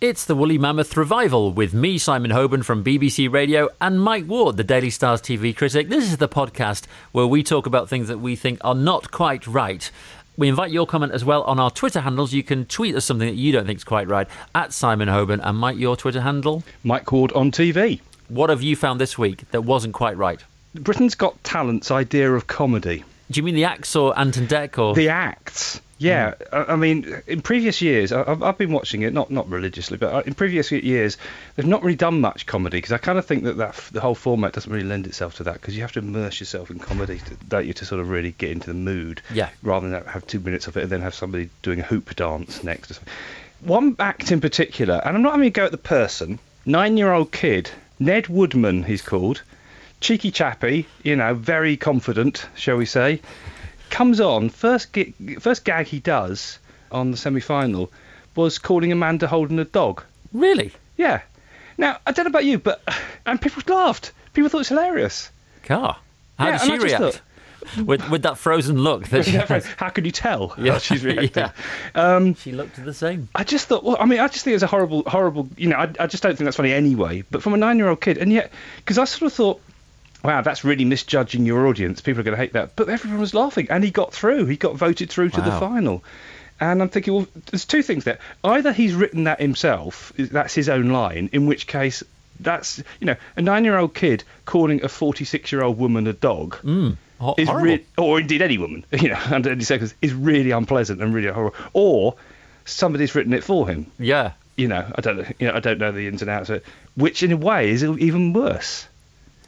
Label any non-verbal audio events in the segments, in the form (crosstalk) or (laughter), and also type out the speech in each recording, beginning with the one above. It's the Woolly Mammoth Revival with me, Simon Hoban from BBC Radio, and Mike Ward, the Daily Star's TV critic. This is the podcast where we talk about things that we think are not quite right. We invite your comment as well on our Twitter handles. You can tweet us something that you don't think is quite right at Simon Hoban and Mike, your Twitter handle. Mike Ward on TV. What have you found this week that wasn't quite right? Britain's Got Talent's idea of comedy. Do you mean the axe or Anton Deck or The acts. Yeah, I I mean, in previous years, I- I've, I've been watching it, not not religiously, but uh, in previous years, they've not really done much comedy because I kind of think that, that f- the whole format doesn't really lend itself to that because you have to immerse yourself in comedy, to, don't you, to sort of really get into the mood. Yeah. Rather than have two minutes of it and then have somebody doing a hoop dance next. or something. One act in particular, and I'm not having a go at the person. Nine-year-old kid, Ned Woodman, he's called, cheeky chappy, you know, very confident, shall we say comes on first gi- first gag he does on the semi final was calling Amanda holding a dog. really? Yeah. Now I don't know about you, but (sighs) and people laughed. People thought it was hilarious. Car. How Yeah, did and she I just react? With, with that frozen look (laughs) that she, has. How could you tell (laughs) Yeah. (laughs) how she's reacting? Yeah. she looked the same. I just thought, well, I mean, I just think it's a horrible, horrible, you know, I, I just don't think that's funny anyway. But from a nine year old kid, and yet, because I sort of thought, wow, that's really misjudging your audience. People are going to hate that. But everyone was laughing, and he got through. He got voted through to the Wow. final. And I'm thinking, well, there's two things there. Either he's written that himself, that's his own line, in which case, that's, you know, a nine year old kid calling a 46 year old woman a dog Ho- is horrible. re- or indeed any woman, (laughs) you know, under any circumstances, is really unpleasant and really horrible. Or somebody's written it for him. yeah. You know, I don't know. You know, I don't know the ins and outs of it, which in a way is e-, even worse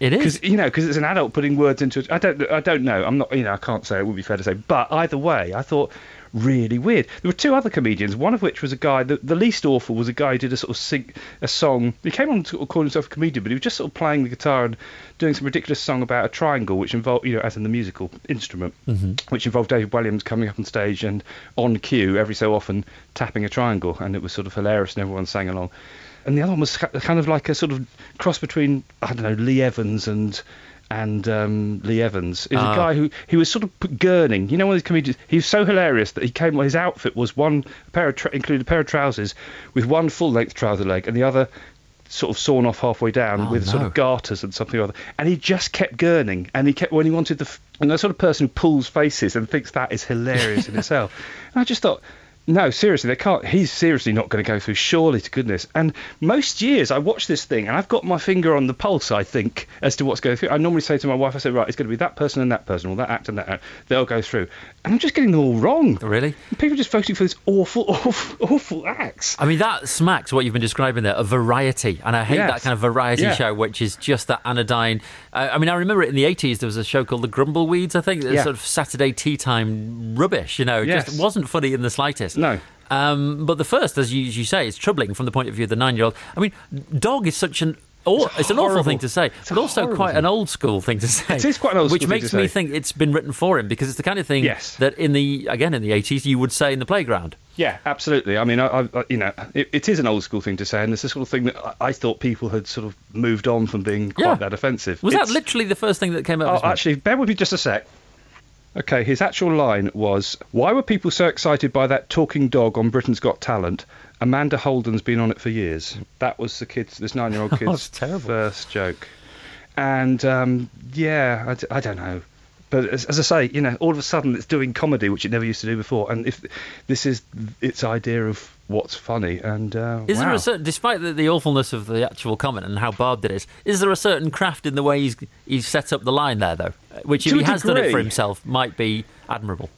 It is. because you know, 'cause it's an adult putting words into. it. I don't. I don't know. I'm not. You know, I can't say. It would be fair to say. But either way, I thought really weird. There were two other comedians. One of which was a guy. The, the least awful was a guy who did a sort of sing a song. He came on sort of calling himself a comedian, but he was just sort of playing the guitar and doing some ridiculous song about a triangle, which involved you know, as in the musical instrument, Mm-hmm. which involved David Williams coming up on stage and on cue every so often tapping a triangle, and it was sort of hilarious, and everyone sang along and the other one was ca- kind of like a sort of cross between I don't know Lee Evans and and um, Lee Evans. It was Ah. a guy who he was sort of p- gurning. You know, one of these comedians. He was so hilarious that he came. His outfit was one pair of tr included a pair of trousers with one full length trouser leg and the other sort of sawn off halfway down Oh, with sort no. of garters and something or other. And he just kept gurning and he kept when he wanted the f- and the sort of person who pulls faces and thinks that is hilarious in itself. And I just thought. No, seriously, they can't. He's seriously not going to go through, surely to goodness. And most years I watch this thing and I've got my finger on the pulse, I think, as to what's going through. I normally say to my wife, I say, right, it's going to be that person and that person, or that act and that act. They'll go through. And I'm just getting them all wrong. Really? People are just voting for this awful, (laughs) awful, awful acts. I mean, that smacks what you've been describing there, a variety. And I hate Yes. that kind of variety Yeah. show, which is just that anodyne. I, I mean, I remember it in the 80s, there was a show called The Grumbleweeds, I think, that was Yeah. sort of Saturday tea time rubbish, you know, it Yes. just wasn't funny in the slightest. No. Um, but the first, as you, as you say, is troubling from the point of view of the nine year old. I mean, dog is such an. Or, it's, a an awful horrible- thing to say, it's a but also horrible quite thing. an old school thing to say. It is quite an old which school thing makes to me say. think it's been written for him because it's the kind of thing Yes. that in the again in the eighties you would say in the playground. Yeah, absolutely. I mean, I, I I- you know, it, it is an old school thing to say, and it's the sort of thing that I, I thought people had sort of moved on from being quite Yeah. that offensive. Was It's- that literally the first thing that came up? Oh, this month? actually, bear with me just a sec. Okay, his actual line was, "Why were people so excited by that talking dog on Britain's Got Talent? Amanda Holden's been on it for years." That was the kid's, (laughs) this nine-year-old kid's That's terrible. first joke, and um, yeah, I, d- I don't know. But as, as I say, you know, all of a sudden it's doing comedy, which it never used to do before. And if this is its idea of what's funny, and uh, Is there wow. a certain, despite the, the awfulness of the actual comment and how barbed it is, is there a certain craft in the way he's he's set up the line there though, which if To a he has done it for degree. himself might be admirable.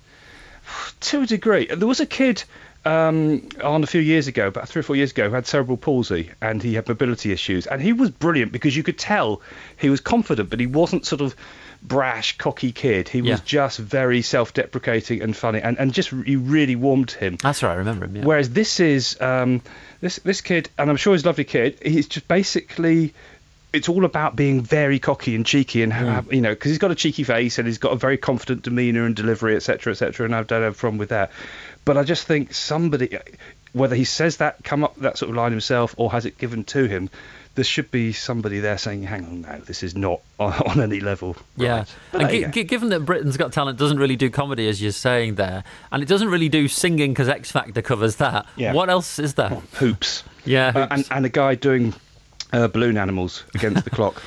to a degree. There was a kid um, on a few years ago, about three or four years ago, who had cerebral palsy and he had mobility issues. And he was brilliant because you could tell he was confident, but he wasn't sort of brash, cocky kid. He was Yeah. just very self-deprecating and funny, and and just you really warmed to him. That's right, I remember him. Yeah. Whereas this is um, this this kid, and I'm sure he's a lovely kid. He's just basically. It's all about being very cocky and cheeky, and ha Mm. you know, because he's got a cheeky face and he's got a very confident demeanour and delivery, etc., etc. And I don't have a problem with that. But I just think somebody, whether he says that, come up with that sort of line himself, or has it given to him, there should be somebody there saying, "Hang on, no, this is not (laughs) on, on any level." Yeah, right." But and there you gi- go. gi- given that Britain's Got Talent doesn't really do comedy, as you're saying there, and it doesn't really do singing because X Factor covers that. Yeah. What else is there? hoops. Yeah, uh, and hoops. and a guy doing uh, balloon animals against the clock.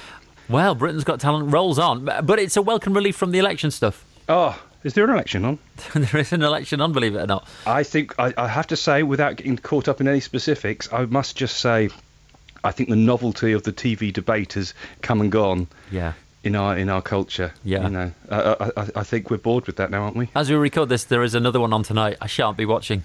Well, Britain's Got Talent rolls on, but it's a welcome relief from the election stuff. (laughs) Oh, is there an election on? there is an election on, believe it or not. I think I, I have to say, without getting caught up in any specifics, I must just say, I think the novelty of the TV debate has come and gone Yeah. in our in our culture. Yeah. you know, I, I, I- I think we're bored with that now, aren't we? (laughs) As we record this, there is another one on tonight. I shan't be watching.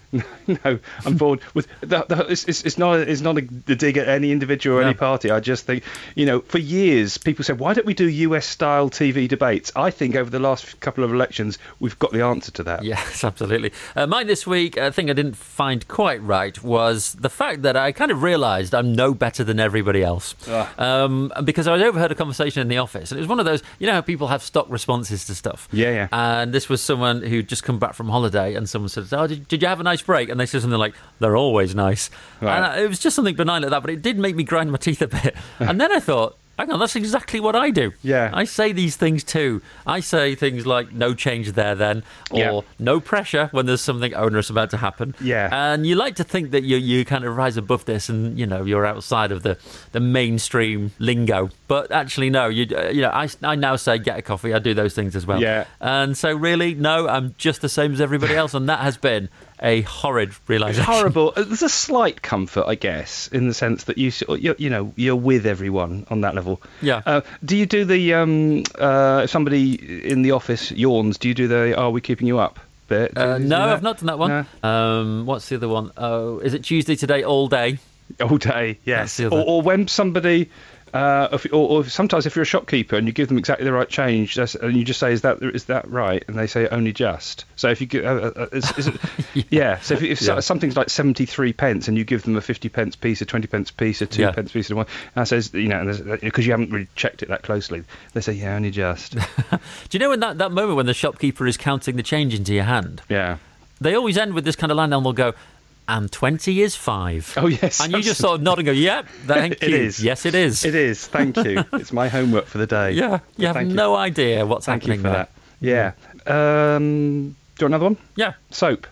no, I'm bored with the, the, it's, it's, it's not it's not a, a dig at any individual or any No. party. I just think you know, for years people said, why don't we do US style TV debates? I think over the last couple of elections, we've got the answer to that. Yes, absolutely. Uh, mine this week, a thing I didn't find quite right was the fact that I kind of realised I'm no better than everybody else. Ah. Um, because I overheard a conversation in the office, and it was one of those, you know, how people have stock responses to stuff. Yeah, yeah. And this was someone who'd just come back from holiday, and someone said, Oh, did, did you have a nice break? And they said something like, They're always nice. Right. And I, it was just something benign like that, but it did make me grind my teeth a (laughs) bit. and then I thought, Hang on, that's exactly what I do. Yeah. I say these things too. I say things like no change there then, or Yeah. no pressure when there's something onerous about to happen. Yeah. And you like to think that you you kind of rise above this and you know you're outside of the, the mainstream lingo, but actually no, you uh, you know I, I now say get a coffee. I do those things as well. Yeah. And so really no, I'm just the same as everybody else, and that has been a horrid realization. It's horrible. Uh, There's a slight comfort, I guess, in the sense that you s- you you know you're with everyone on that level. Yeah. Uh, do you do the um uh if somebody in the office yawns? Do you do the are we keeping you up bit? Do (laughs) you Uh, do no, that? I've not done that one. Um, what's the other one? Oh, is it Tuesday today all day? all day. Yes. the Or, other. or when somebody. Uh, if, or, or sometimes if you're a shopkeeper and you give them exactly the right change, that's, and you just say, "Is that is that right?" and they say, "Only just." So if you give, uh, uh, (laughs) is, is it, yeah. So if, if so- Yeah. something's like seventy three pence and you give them a fifty pence piece, a twenty pence piece, a two Yeah. pence piece, and one, and I says, you know, because you haven't really checked it that closely, they say, "Yeah, (laughs) only just." Do you know in that, that moment when the shopkeeper is counting the change into your hand? yeah. They always end with this kind of line, and they'll go, and 20 is five. Oh, yes. And you just sort of nod and go, yep, thank (laughs) It you. is. Yes, it is. It is. Thank you. it's my homework for the (laughs) day. Yeah, you have Thank you. no idea what's Thank you happening for there. Mm. that. Yeah. Um, do you want another one? Yeah, Soap.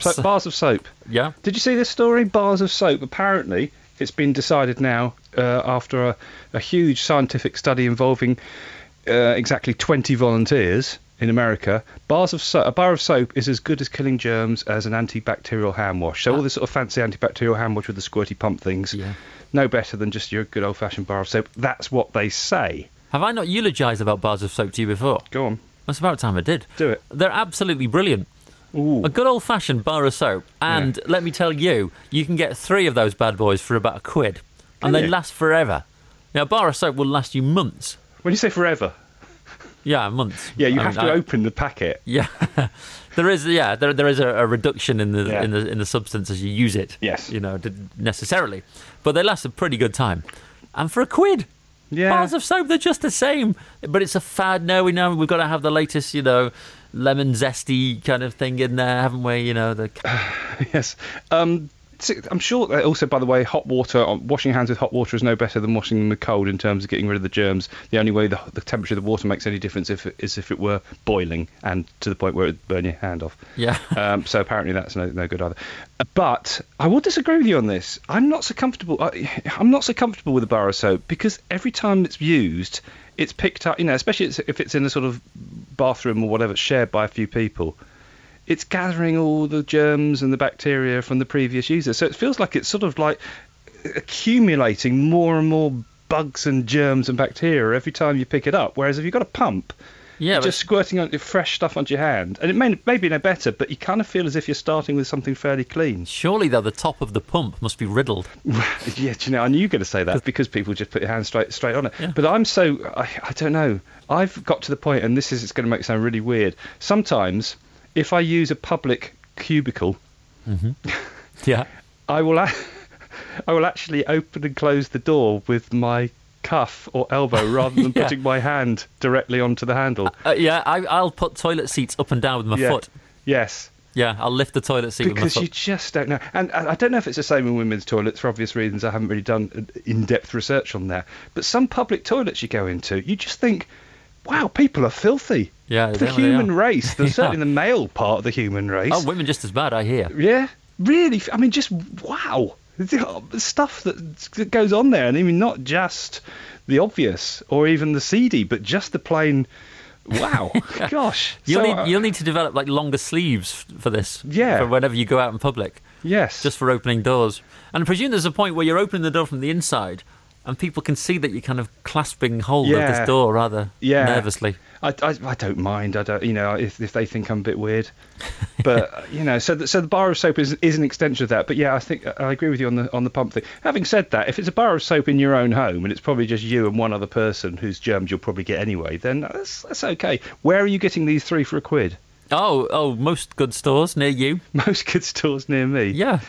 So, So- bars of soap. yeah. Did you see this story? Bars of soap. Apparently, it's been decided now uh, after a, a huge scientific study involving uh, exactly 20 volunteers in America. Bars of so- a bar of soap is as good as killing germs as an antibacterial hand wash. So all this sort of fancy antibacterial hand wash with the squirty pump things, Yeah. no better than just your good old-fashioned bar of soap. That's what they say. Have I not eulogised about bars of soap to you before? Go on. That's about time I did. Do it. They're absolutely brilliant. Ooh. A good old fashioned bar of soap. And let me tell you, you can get three of those bad boys for about a quid, and they you? last forever. Now, a bar of soap will last you months. When you say forever, Yeah, months. yeah, you I have mean, to I- open the packet. Yeah, (laughs) there is. Yeah, there there is a, a reduction in the Yeah. in the in the substance as you use it. Yes. you know, d- necessarily, but they last a pretty good time, and for a quid. Yeah. Bars of soap, they're just the same, but it's a fad. No, we know we've got to have the latest, you know, lemon zesty kind of thing in there, haven't we? You know, (sighs) the (laughs) Yes. Um, si- I'm sure that also, by the way, hot water, uh, washing hands with hot water is no better than washing them with cold in terms of getting rid of the germs. The only way the, the temperature of the water makes any difference if, it- is if it were boiling and to the point where it would burn your hand off. Yeah. (laughs) Um, so apparently that's no, no good either. Uh, But I will disagree with you on this. I'm not so comfortable. I, I'm not so comfortable with a bar of soap because every time it's used, it's picked up. You know, especially it's- if it's in a sort of bathroom or whatever shared by a few people it's gathering all the germs and the bacteria from the previous user. So it feels like it's sort of like accumulating more and more bugs and germs and bacteria every time you pick it up. Whereas if you've got a pump, yeah, you're but- just squirting on fresh stuff onto your hand, and it may, may be no better, but you kind of feel as if you're starting with something fairly clean. (laughs) surely though the top of the pump must be riddled. yeah, do you know, I knew you were going to say that because people just put their hand straight straight on it. But I'm so I, I don't know. I've got to the point, and this is it's going to make it sound really weird. Sometimes, if I use a public cubicle, Yeah, I will, a- (laughs) I will actually open and close the door with my cuff or (laughs) elbow rather than Yeah. putting my hand directly onto the handle. uh, yeah. I, I'll put toilet seats up and down with my Yeah. foot. Yes. Yeah, I'll lift the toilet seat with my Because foot. you just don't know, and and I don't know if it's the same in women's toilets for obvious reasons. I haven't really done uh, in-depth research on that. But some public toilets you go into, you just think, "Wow, people are filthy." Yeah, the they really human are. race, (laughs) the, Yeah. certainly the male part of the human race. Oh, women just as bad, I hear. Yeah, really. I mean, just wow. the stuff that that goes on there, and I mean not just the obvious or even the seedy, but just the plain. (laughs) Wow, gosh! You'll, So, need, uh, you'll need to develop like longer sleeves f- for this. Yeah. For whenever you go out in public, yes, just for opening doors. And I presume there's a point where you're opening the door from the inside and people can see that you're kind of clasping hold of Yeah. this door rather Yeah. nervously. I, I, I don't mind. I don't, you know, if, if they think I'm a bit weird, but you know, so the, so the bar of soap is, is an extension of that. But yeah, I think I agree with you on the on the pump thing. Having said that, if it's a bar of soap in your own home and it's probably just you and one other person whose germs you'll probably get anyway, then that's that's okay. Where are you getting these three for a quid? (laughs) Oh, oh, most good stores near you. Most good stores near me. Yeah.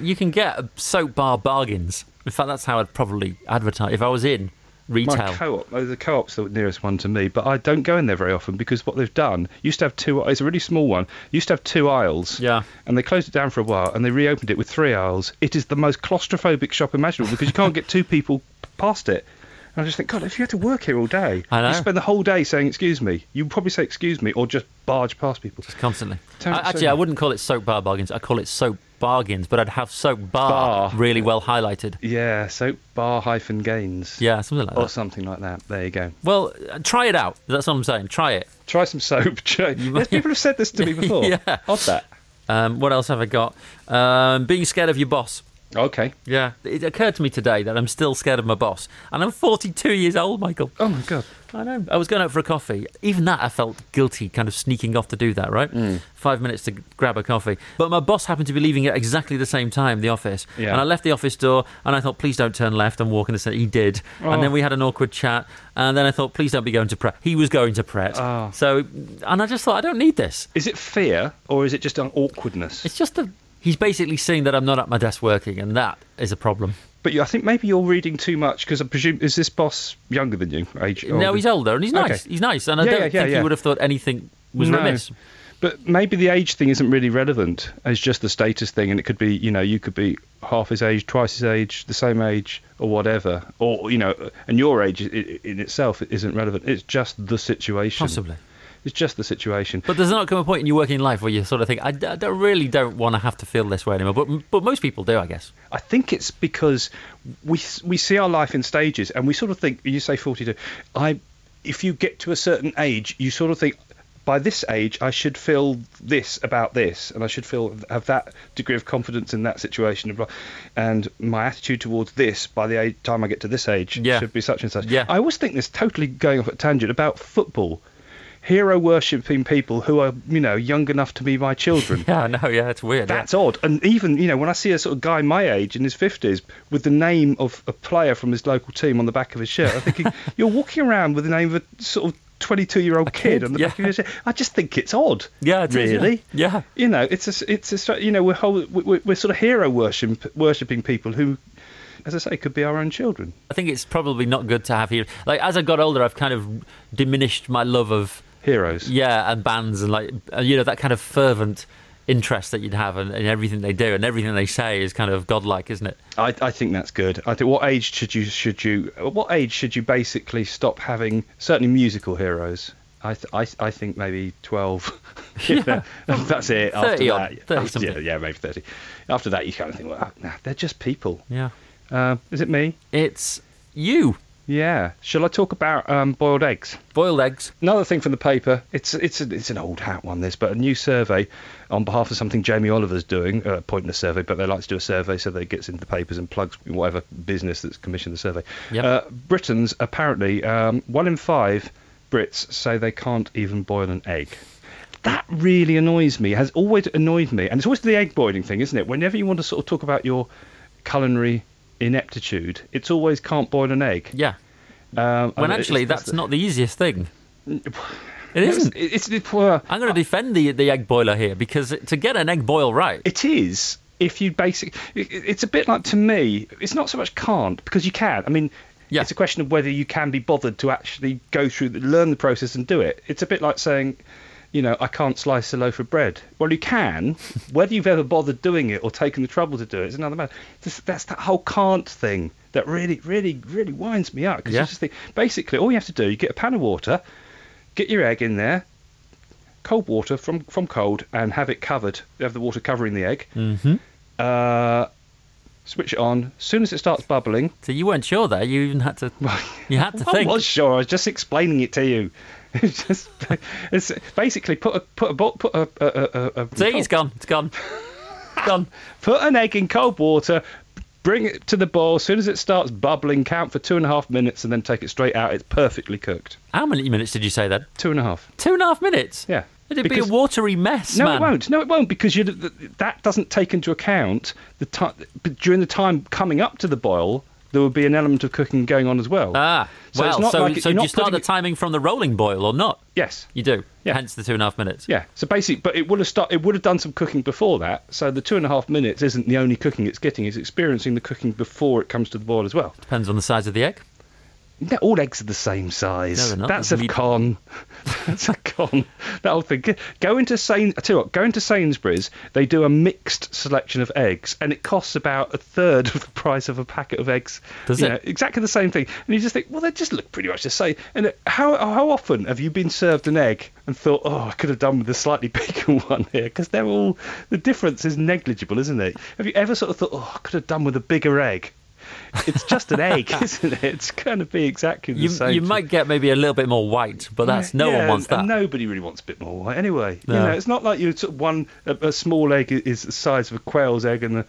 You can get soap bar bargains. In fact, that's how I'd probably advertise if I was in My retail. co-op, oh, the co-op's the nearest one to me, but I don't go in there very often because what they've done used to have two. It's a really small one. Used to have two aisles. Yeah. And they closed it down for a while, and they reopened it with three aisles. It is the most claustrophobic shop imaginable because you can't get two people past it. And I just think, God, if you had to work here all day, I know. you spend the whole day saying "excuse me," you would probably say "excuse me" or just barge past people. Constantly. Don't I- say actually, I that. wouldn't call it soap bar bargains. I call it soap bargains, but I'd have soap bar, Bar. really well highlighted. Yeah. So bar hyphen gains. Yeah, something like Or that. something like that. There you go. Well, try it out. That's what I'm saying. Try it. Try some soap. (laughs) Try- Yes, people have said this (laughs) to me before. Yeah. Odd that. Um, what else have I got? Um, being scared of your boss. Okay. Yeah. It occurred to me today that I'm still scared of my boss. And I'm 42 years old, Michael. Oh my God. I know. I was going out for a coffee. Even that, I felt guilty kind of sneaking off to do that, right? Five minutes to g- grab a coffee. But my boss happened to be leaving at exactly the same time, the office. Yeah. And I left the office door and I thought, please don't turn left and walk in the centre. He did. Oh. And then we had an awkward chat. And then I thought, please don't be going to Pret. He was going to Pret. Oh. So, and I just thought, I don't need this. Is it fear or is it just an awkwardness? It's just the. He's basically saying that I'm not at my desk working, and that is a problem. but you, I think maybe you're reading too much because I presume is this boss younger than you? Age? No, older? he's older and he's Okay. nice. He's nice, and I Yeah, don't yeah, yeah, think he yeah. would have thought anything was No. remiss. But maybe the age thing isn't really relevant. It's just the status thing, and it could be you know you could be half his age, twice his age, the same age, or whatever, or you know, and your age i- i- in itself isn't relevant. It's just the situation. Possibly. It's just the situation. But there's not come a point in your working life where you sort of think, I, d- I don't- really don't want to have to feel this way anymore. But but most people do, I guess. I think it's because we we see our life in stages, and we sort of think. You say forty-two. I, if you get to a certain age, you sort of think by this age I should feel this about this, and I should feel have that degree of confidence in that situation, and blah- and my attitude towards this by the age, time I get to this age Yeah. should be such and such. Yeah. I always think this totally going off at tangent about football. Hero worshipping people who are, you know, young enough to be my children. (laughs) Yeah, I know. Yeah, it's weird. yeah. That's odd. And even, you know, when I see a sort of guy my age in his 50s with the name of a player from his local team on the back of his shirt, I'm (laughs) thinking, you're walking around with the name of a sort of 22 year old kid, kid, on the yeah. back of your shirt. I just think it's odd. Yeah, it is, yeah. really. Yeah. You know, it's a, it's a, sort- you know, we're, whole, we're, we're sort of hero worship, worshipping people who, as I say, could be our own children. I think it's probably not good to have here. Like as I got older, I've kind of diminished my love of Heroes. yeah and bands and like uh, you know that kind of fervent interest that you'd have in, in everything they do and everything they say is kind of godlike, isn't it? I, I think that's good. I think what age should you should you at what age should you basically stop having certainly musical heroes? I th- I, th- I think maybe (laughs) twelve. yeah, (laughs) that's it. After 30 odd, 30 that, after- yeah, something. yeah, maybe thirty. After that, you kind of think, well, nah, they're just people. Yeah. Uh, is it me? It's you Yeah. Shall I talk about um, boiled eggs? boiled eggs. Another thing from the paper. It's it's a, it's an old hat one. This, but a new survey on behalf of something Jamie Oliver's doing. Uh, pointless survey, but they like to do a survey so that it gets into the papers and plugs whatever business that's commissioned the survey. Yep. Uh, Britons apparently um, one in five Brits say they can't even boil an egg. That really annoys me. Has always annoyed me, and it's always the egg boiling thing, isn't it? Whenever you want to sort of talk about your culinary ineptitude, it's always can't boil an egg. Yeah. Um, When and actually, it's- that's not the easiest thing. It Mm. It's, isn't. it's, it's, uh, I'm going to defend the the egg boiler here because to get an egg boil right, It is if you basic. it- It's a bit like to me. It's not so much can't because you can. I mean, Yeah. it's a question of whether you can be bothered to actually go through, the, learn the process, and do it. It's a bit like saying, you know, I can't slice a loaf of bread. Well, you can. whether you've ever bothered doing it or taken the trouble to do it is another matter. This, that's that whole can't thing that really, really, really winds me up because Yeah. you just think basically all you have to do you get a pan of water, get your egg in there, cold water from from cold and have it covered, have the water covering the egg. Mm-hmm. Uh, switch it on. As soon as it starts bubbling, So you weren't sure there. You even had (laughs) to. You had to I think. was sure. I was just explaining it to you. (laughs) It's just it's basically put a put a bu- put a, a, a, a, a See, it's gone. It's gone. It's gone. Put an egg in cold water, bring it to the boil. As soon as it starts bubbling, count for two and a half minutes, and then take it straight out. It's perfectly cooked. How many minutes did you say then? Two and a half. Two and a half minutes. Yeah. It'd be Because- a watery mess, No, man. it won't. No, it won't because you that doesn't take into account the time during the time coming up to the boil. There would be an element of cooking going on as well. Ah, So it's well, not so, like it- so you're do not you start putting the it- timing from the rolling boil or not? yes. You do. Yeah. Hence the two and a half minutes. Yeah. So basically, but it would have start, It would have done some cooking before that. So the two and a half minutes isn't the only cooking it's getting. It's experiencing the cooking before it comes to the boil as well. Depends on the size of the egg. No, all eggs are the same size. No, they're not. That's They're a medi- con. (laughs) That's a con. That whole thing. Go into Sain. I tell you what. Go into Sainsbury's. They do a mixed selection of eggs, and it costs about a third of the price of a packet of eggs. Does You it? know, exactly the same thing. And you just think, well, they just look pretty much the same. And how how often have you been served an egg and thought, oh, I could have done with a slightly (laughs) bigger one here? Because they're all the difference is negligible, isn't it? Have you ever sort of thought, oh, I could have done with a bigger egg? It's just an egg, (laughs) isn't it? It's going to be exactly the You, same. you to- might get maybe a little bit more white, but that's no Yeah, one wants that. and Nobody really wants a bit more white. Anyway, you No. know, it's not like you sort of one a, a small egg is the size of a quail's egg and a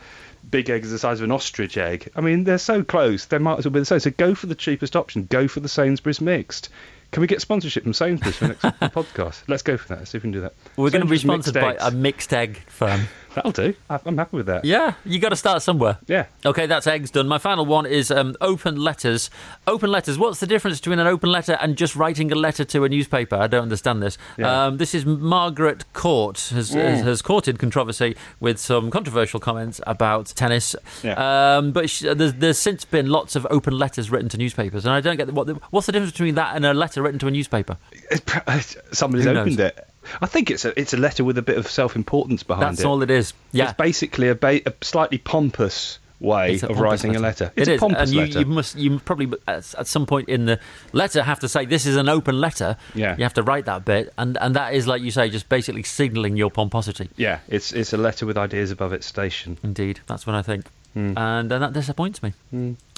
big egg is the size of an ostrich egg. I mean, they're so close. They might as well be the same. So go for the cheapest option. Go for the Sainsbury's mixed. Can we get sponsorship from Sainsbury's for the (laughs) next podcast? Let's go for that. See if we can do that. We're going to be Sainsbury's sponsored by mixed a eggs. mixed egg firm. That'll do. I- I'm happy with that. Yeah, you got to start somewhere. Yeah. Okay, that's eggs done. My final one is um, open letters. Open letters. What's the difference between an open letter and just writing a letter to a newspaper? I don't understand this. Yeah. Um, this is Margaret Court has, has, has courted controversy with some controversial comments about tennis. Yeah. Um, but she, there's, there's since been lots of open letters written to newspapers, and I don't get what the, what's the difference between that and a letter written to a newspaper. It's- (laughs) Somebody's Who knows? opened it. I think it's a it's a letter with a bit of self importance behind That's it. all it is. Yeah. It's basically a, ba- a slightly pompous way It's a of pompous writing a letter. It's It a is, pompous and you, letter. you must you probably at, at some point in the letter have to say this is an open letter. Yeah. you have to write that bit, and and that is like you say, just basically signalling your pomposity. Yeah, it's it's a letter with ideas above its station. Indeed, that's what I think, Hmm. and and that disappoints me.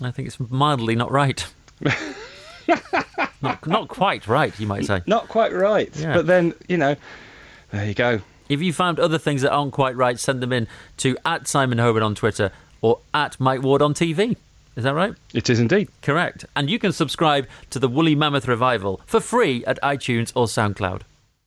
I think it's mildly not (laughs) right. not not quite right, you might say. Not quite right, Yeah. but then you know, there you go. If you found other things that aren't quite right, send them in to at Simon Hoban on Twitter or at Mike Ward on TV. Is that right? It is indeed. Correct. And you can subscribe to the Woolly Mammoth Revival for free at iTunes or SoundCloud.